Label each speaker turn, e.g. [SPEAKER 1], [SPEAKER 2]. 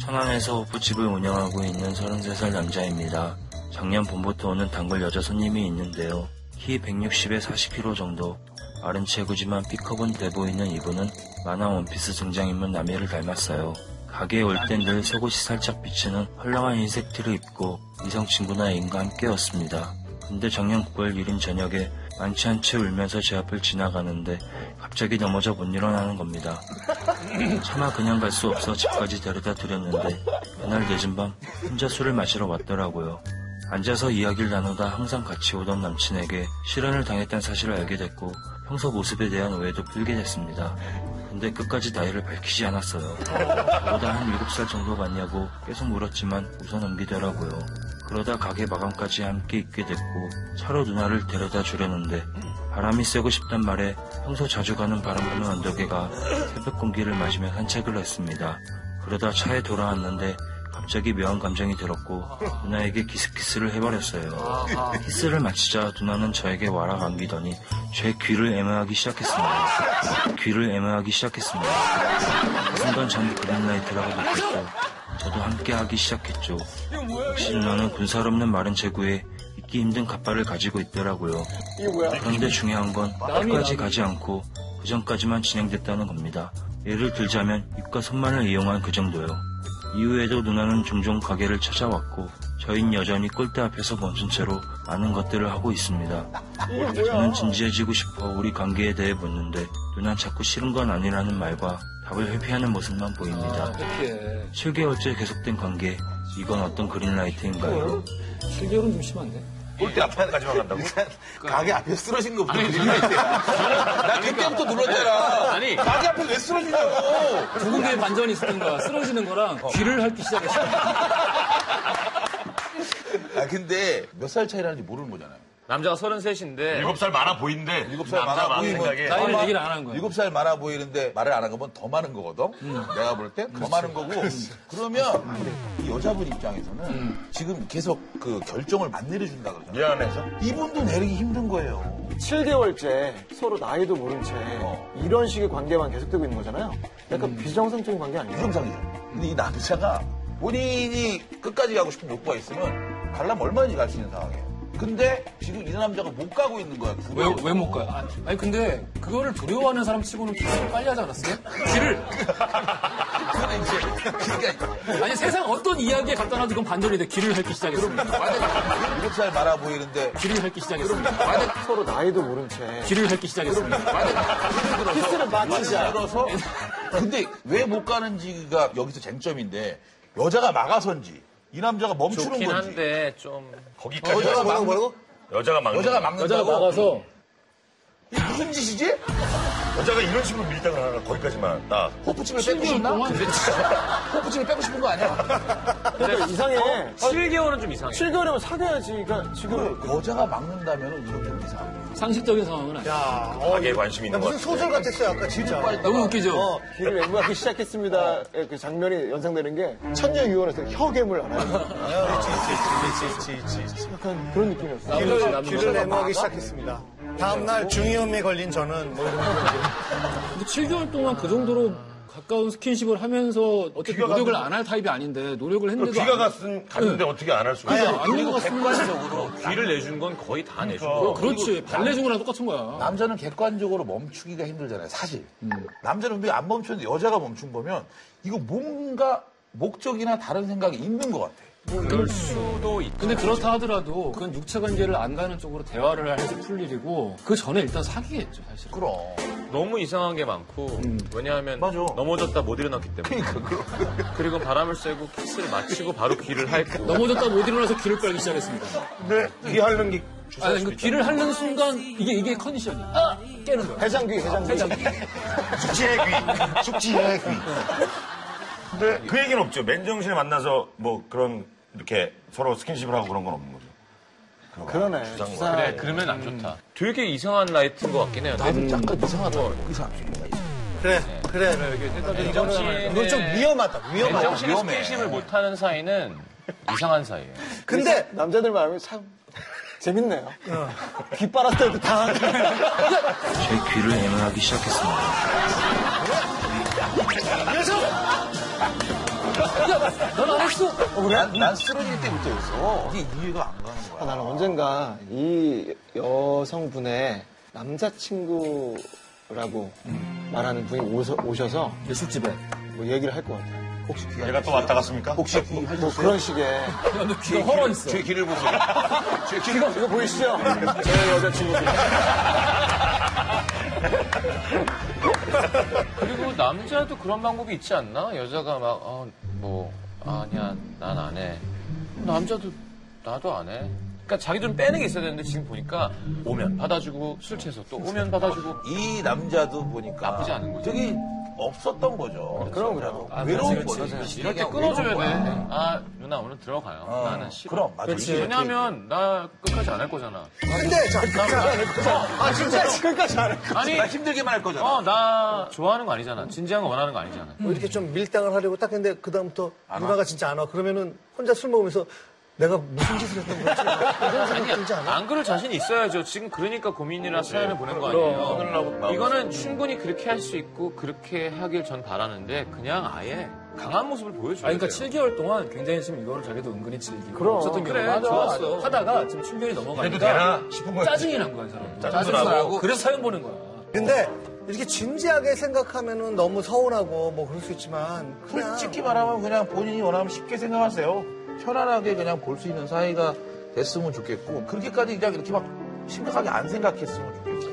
[SPEAKER 1] 천안에서 호프집을 운영하고 있는 33살 남자입니다. 작년 봄부터 오는 단골 여자 손님이 있는데요. 키 160에 40kg 정도, 마른 체구지만 픽업은 돼 보이는 이분은 만화 원피스 등장인물 남해를 닮았어요. 가게에 올 땐 늘 속옷이 살짝 비치는 헐렁한 흰색 티를 입고 이성 친구나 애인과 함께였습니다. 근데 작년 9월 1일 저녁에 많지 않지 울면서 제 앞을 지나가는데 갑자기 넘어져 못 일어나는 겁니다. 차마 그냥 갈 수 없어 집까지 데려다 드렸는데 그날 늦은 밤 혼자 술을 마시러 왔더라고요. 앉아서 이야기를 나누다 항상 같이 오던 남친에게 실현을 당했다는 사실을 알게 됐고 평소 모습에 대한 오해도 풀게 됐습니다. 근데 끝까지 나이를 밝히지 않았어요. 저보다 한 7살 정도 많냐고 계속 물었지만 우선 넘기더라고요. 그러다 가게 마감까지 함께 있게 됐고 차로 누나를 데려다 주려는데 바람이 쐬고 싶단 말에 평소 자주 가는 바람 부는 언덕에 가 새벽 공기를 마시며 산책을 했습니다. 그러다 차에 돌아왔는데 갑자기 묘한 감정이 들었고 누나에게 키스키스를 해버렸어요. 키스를 마치자 누나는 저에게 와라 감기더니 제 귀를 애매하기 시작했습니다. 귀를 애매하기 시작했습니다. 그 순간 전부 그린라이트라고 느꼈고 저도 함께 하기 시작했죠. 혹시 누나는 군살없는 마른 체구에 잊기 힘든 갑발을 가지고 있더라고요. 그런데 중요한 건 끝까지 가지 않고 그 전까지만 진행됐다는 겁니다. 예를 들자면 입과 손만을 이용한 그 정도요. 이후에도 누나는 종종 가게를 찾아왔고 저희는 여전히 꼴대 앞에서 멈춘 채로 많은 것들을 하고 있습니다. 저는 진지해지고 싶어 우리 관계에 대해 묻는데 누난 자꾸 싫은 건 아니라는 말과 답을 회피하는 모습만 보입니다. 7개월째 계속된 관계 이건 어떤 그린라이트인가요?
[SPEAKER 2] 7개월은 좀 심한데.
[SPEAKER 3] 꼴대 앞에까지만 간다고? 가게 앞에 쓰러진 거보다 나 그때부터 눌렀잖아.
[SPEAKER 4] 아니.
[SPEAKER 3] 가게 앞에 왜 쓰러지냐고.
[SPEAKER 2] 두 군데의 반전이 있었던가 쓰러지는 거랑 귀를 핥기 시작했어.
[SPEAKER 3] 아 근데 몇 살 차이라는지 모르는 거잖아요.
[SPEAKER 4] 남자가 33인데
[SPEAKER 5] 네. 일곱 살 많아 보이는데
[SPEAKER 3] 일곱 살
[SPEAKER 5] 남자
[SPEAKER 3] 많아
[SPEAKER 5] 많은
[SPEAKER 3] 보이면
[SPEAKER 5] 생각에
[SPEAKER 2] 나이를
[SPEAKER 3] 아마
[SPEAKER 2] 얘기를 안 하는 거야.
[SPEAKER 3] 일곱 살 많아 보이는데 말을 안 한 거면 더 많은 거거든.
[SPEAKER 2] 음.
[SPEAKER 3] 내가 볼 때 더 많은 거고. 그러면이 여자분 입장에서는
[SPEAKER 2] 음.
[SPEAKER 3] 지금 계속 그 결정을 안 내려준다 그러잖아요.
[SPEAKER 5] 미안해서
[SPEAKER 3] 이분도 내리기 힘든 거예요.
[SPEAKER 6] 7개월째 서로 나이도 모른 채 이런 식의 관계만 계속되고 있는 거잖아요.
[SPEAKER 5] 음.
[SPEAKER 6] 약간 비정상적인 관계 아니에요?
[SPEAKER 3] 유정상이죠. 근데 이 남자가 본인이 끝까지 가고 싶은 욕구가 있으면 가려면 얼마든지 갈 수 있는 상황이에요. 근데 지금 이 남자가 못 가고 있는 거야. 그 두
[SPEAKER 2] 왜,
[SPEAKER 3] 달.
[SPEAKER 2] 왜 못 가요? 아, 아니, 근데 그거를 두려워하는 사람 치고는 키스를 빨리 하지 않았어요? 귀를.
[SPEAKER 3] 그거는 이제 그러니까
[SPEAKER 2] 아니, 세상 어떤 이야기에 갖다 놔도 그건 반전이 돼. 귀를 핥기 시작했습니다.
[SPEAKER 3] 만약 일곱 살 많아 보이는데
[SPEAKER 2] 귀를 핥기 시작했습니다.
[SPEAKER 6] 서로 나이도 모른 채
[SPEAKER 2] 귀를 핥기 시작했습니다.
[SPEAKER 6] 키스를 마치자.
[SPEAKER 3] 들어서 근데 왜 못 가는지가 여기서 쟁점인데 여자가 막아선지 이 남자가 멈추는
[SPEAKER 4] 좋긴
[SPEAKER 3] 건지
[SPEAKER 4] 한데 좀
[SPEAKER 5] 거기까지
[SPEAKER 3] 여자가 막
[SPEAKER 5] 여자가
[SPEAKER 3] 여자가
[SPEAKER 5] 막 여자가 막
[SPEAKER 2] 여자가
[SPEAKER 3] 막는다고
[SPEAKER 2] 막아서
[SPEAKER 3] 이게 무슨 짓이지?
[SPEAKER 5] 여자가 이런 식으로 밀당을 하나 거기까지만 나
[SPEAKER 3] 호프집을 빼고 싶나? 호프집을 빼고 싶은 거 아니야?
[SPEAKER 6] 그러니까 이상해.
[SPEAKER 5] 어?
[SPEAKER 4] 7개월은 좀 이상해.
[SPEAKER 6] 7개월이면 사귀어야지. 그러니까 지금
[SPEAKER 5] 음.
[SPEAKER 3] 여자가 막는다면 이건 좀 이상해.
[SPEAKER 2] 상식적인 상황은 아니야.
[SPEAKER 5] 가게에 관심이 있는 것 같아.
[SPEAKER 7] 소설 같았어요, 아까 진짜.
[SPEAKER 2] 너무 웃기죠?
[SPEAKER 6] 귀를 맹구하기
[SPEAKER 5] 어.
[SPEAKER 6] 시작했습니다. 그 장면이 연상되는 게 천녀유원에서 혀괴물 하나.
[SPEAKER 5] 아,
[SPEAKER 6] 약간 그런
[SPEAKER 2] 아,
[SPEAKER 6] 느낌이었어요.
[SPEAKER 7] 귀를, 귀를 애매하기 시작했습니다. 다음날 중이염에 걸린 저는 뭐 이런
[SPEAKER 2] 근데 7개월 동안 그 정도로 가까운 스킨십을 하면서 어쨌든 노력을 안 할 타입이 아닌데 노력을 했는데도
[SPEAKER 5] 귀가
[SPEAKER 2] 안-
[SPEAKER 5] 갔은, 갔는데 어떻게 안 할 수가 있어.
[SPEAKER 2] 안 되는 것 같습니다.
[SPEAKER 4] 귀를 내준 건 거의 다 내준 거야.
[SPEAKER 2] 그렇지. 발레 중이랑 똑같은 거야.
[SPEAKER 3] 남자는 객관적으로 멈추기가 힘들잖아요, 사실.
[SPEAKER 4] 음.
[SPEAKER 3] 남자는 왜 안 멈추는데 여자가 멈춘 거면 이거 뭔가 목적이나 다른 생각이 있는 것 같아.
[SPEAKER 4] 그럴 수도 있.
[SPEAKER 2] 근데 그렇다 하더라도 그건 육체 관계를 안 가는 쪽으로 대화를 해서 풀 일이고 그 전에 일단 사귀겠죠, 사실.
[SPEAKER 3] 그럼.
[SPEAKER 4] 너무 이상한 게 많고 왜냐하면
[SPEAKER 3] 음. 맞아. 그러니까
[SPEAKER 4] 넘어졌다 못 일어났기 때문에. 그리고 바람을 쐬고 키스를 마치고 바로 귀를 핥고.
[SPEAKER 2] 넘어졌다 못 일어나서 귀를 빨기 시작했습니다.
[SPEAKER 5] 귀 하는 게
[SPEAKER 2] 아, 그 귀를 핥는 순간 이게 이게 컨디션이 아 깨는 거야.
[SPEAKER 6] 해장귀, 해장귀.
[SPEAKER 5] 숙지의 귀. 숙지의 귀. 근데 그 얘기는 없죠. 맨정신에 만나서 뭐 그런 이렇게 서로 스킨십을 하고 그런 건 없는 거죠.
[SPEAKER 6] 그러네. 주사.
[SPEAKER 4] 그래, 그러면 안 좋다. 음. 되게 이상한 라이트인 것 같긴 해요. 음. 나도
[SPEAKER 3] 약간 이상하다. 이상.
[SPEAKER 7] 그래, 그래. 네,
[SPEAKER 4] 네, 정신.
[SPEAKER 7] 이건 좀 위험하다, 위험하다.
[SPEAKER 4] 네, 정신이 스킨십을 못하는 사이는 이상한 사이예요.
[SPEAKER 7] 근데
[SPEAKER 6] 남자들 마음이 참 재밌네요.
[SPEAKER 5] 어.
[SPEAKER 6] 귀 빨았을 때도 당황하고.
[SPEAKER 1] 제 귀를 애매하기 시작했습니다.
[SPEAKER 2] 그래서
[SPEAKER 3] 난, 난 쓰러질 때부터였어. 이게 이해가 안 가는 거야.
[SPEAKER 6] 아, 나는 언젠가 이 여성분의 남자친구라고 말하는 분이 오셔, 오셔서
[SPEAKER 3] 술집에.
[SPEAKER 6] 뭐 얘기를 할 것 같아요.
[SPEAKER 3] 혹시 귀가
[SPEAKER 5] 얘가 또 왔다 갔습니까?
[SPEAKER 3] 혹시 귀 하셨어요?
[SPEAKER 6] 뭐 그런 식의
[SPEAKER 2] 귀가 헐어 있어.
[SPEAKER 3] 제 귀를 보세요. 제 귀를
[SPEAKER 6] 이거 보이시죠? 제 여자친구.
[SPEAKER 4] 그리고 남자도 그런 방법이 있지 않나? 여자가 막, 어, 뭐, 아니야, 난 안 해. 남자도, 나도 안 해. 그러니까 자기 좀 빼는 게 있어야 되는데 지금 보니까 오면 받아주고 술 취해서 또 오면 받아주고
[SPEAKER 3] 이 남자도 보니까
[SPEAKER 4] 나쁘지 않은 거죠.
[SPEAKER 3] 되게 없었던 거죠. 그렇죠.
[SPEAKER 6] 그럼 그럼.
[SPEAKER 4] 아,
[SPEAKER 3] 외로운
[SPEAKER 4] 그렇지,
[SPEAKER 3] 거죠.
[SPEAKER 4] 그렇지.
[SPEAKER 3] 이
[SPEAKER 4] 이럴 때
[SPEAKER 3] 시기가
[SPEAKER 4] 끊어줘야
[SPEAKER 3] 외로운 거야.
[SPEAKER 4] 돼. 아 누나 오늘 들어가요.
[SPEAKER 3] 어,
[SPEAKER 4] 나는 싫어.
[SPEAKER 3] 그럼 맞아. 이게
[SPEAKER 4] 왜냐하면 나 끝까지 안 할 거잖아.
[SPEAKER 7] 근데 잠깐.
[SPEAKER 6] 아, 진짜
[SPEAKER 4] 그러니까
[SPEAKER 6] 지금까지 안 했고.
[SPEAKER 4] 아니
[SPEAKER 3] 나 그러니까 힘들게만 할 거잖아.
[SPEAKER 4] 어, 나 좋아하는 거 아니잖아. 진지한 거 원하는 거 아니잖아.
[SPEAKER 7] 뭐 이렇게 좀 밀당을 하려고 딱 했는데 그다음부터 누나가 진짜 안 와. 그러면은 혼자 술 먹으면서 내가 무슨 짓을 했던 거지? 이런 생각 들지 않아?
[SPEAKER 4] 안 그럴 자신 이 있어야죠. 지금 그러니까
[SPEAKER 8] 어,
[SPEAKER 4] 고민이나
[SPEAKER 8] 네.
[SPEAKER 4] 시간을 보낸 거 아니에요. 이거는 충분히 그렇게 할 수 있고 그렇게 하길 전 바라는데 그냥 아예 강한 모습을 보여줘야
[SPEAKER 8] 아니,
[SPEAKER 4] 돼요.
[SPEAKER 8] 그러니까 7개월 동안 굉장히 지금 이거를 자기도 은근히 즐기고
[SPEAKER 6] 그럼.
[SPEAKER 8] 없었던 경우가
[SPEAKER 4] 그래, 좋았어.
[SPEAKER 8] 하다가 지금 충격이
[SPEAKER 5] 해도
[SPEAKER 3] 그러니까
[SPEAKER 8] 넘어가니까
[SPEAKER 5] 되나 싶은 거야.
[SPEAKER 8] 짜증이 난 거야, 사람.
[SPEAKER 5] 짜증도 나고.
[SPEAKER 8] 그래서 사연 보낸 거야.
[SPEAKER 7] 근데 이렇게 진지하게 생각하면은 너무 서운하고 뭐 그럴 수 있지만 그냥
[SPEAKER 3] 솔직히 말하면 그냥 본인이 원하면 쉽게 생각하세요. 편안하게 그냥 볼 수 있는 사이가 됐으면 좋겠고 그렇게까지 그냥 이렇게 막 심각하게 안 생각했으면 좋겠고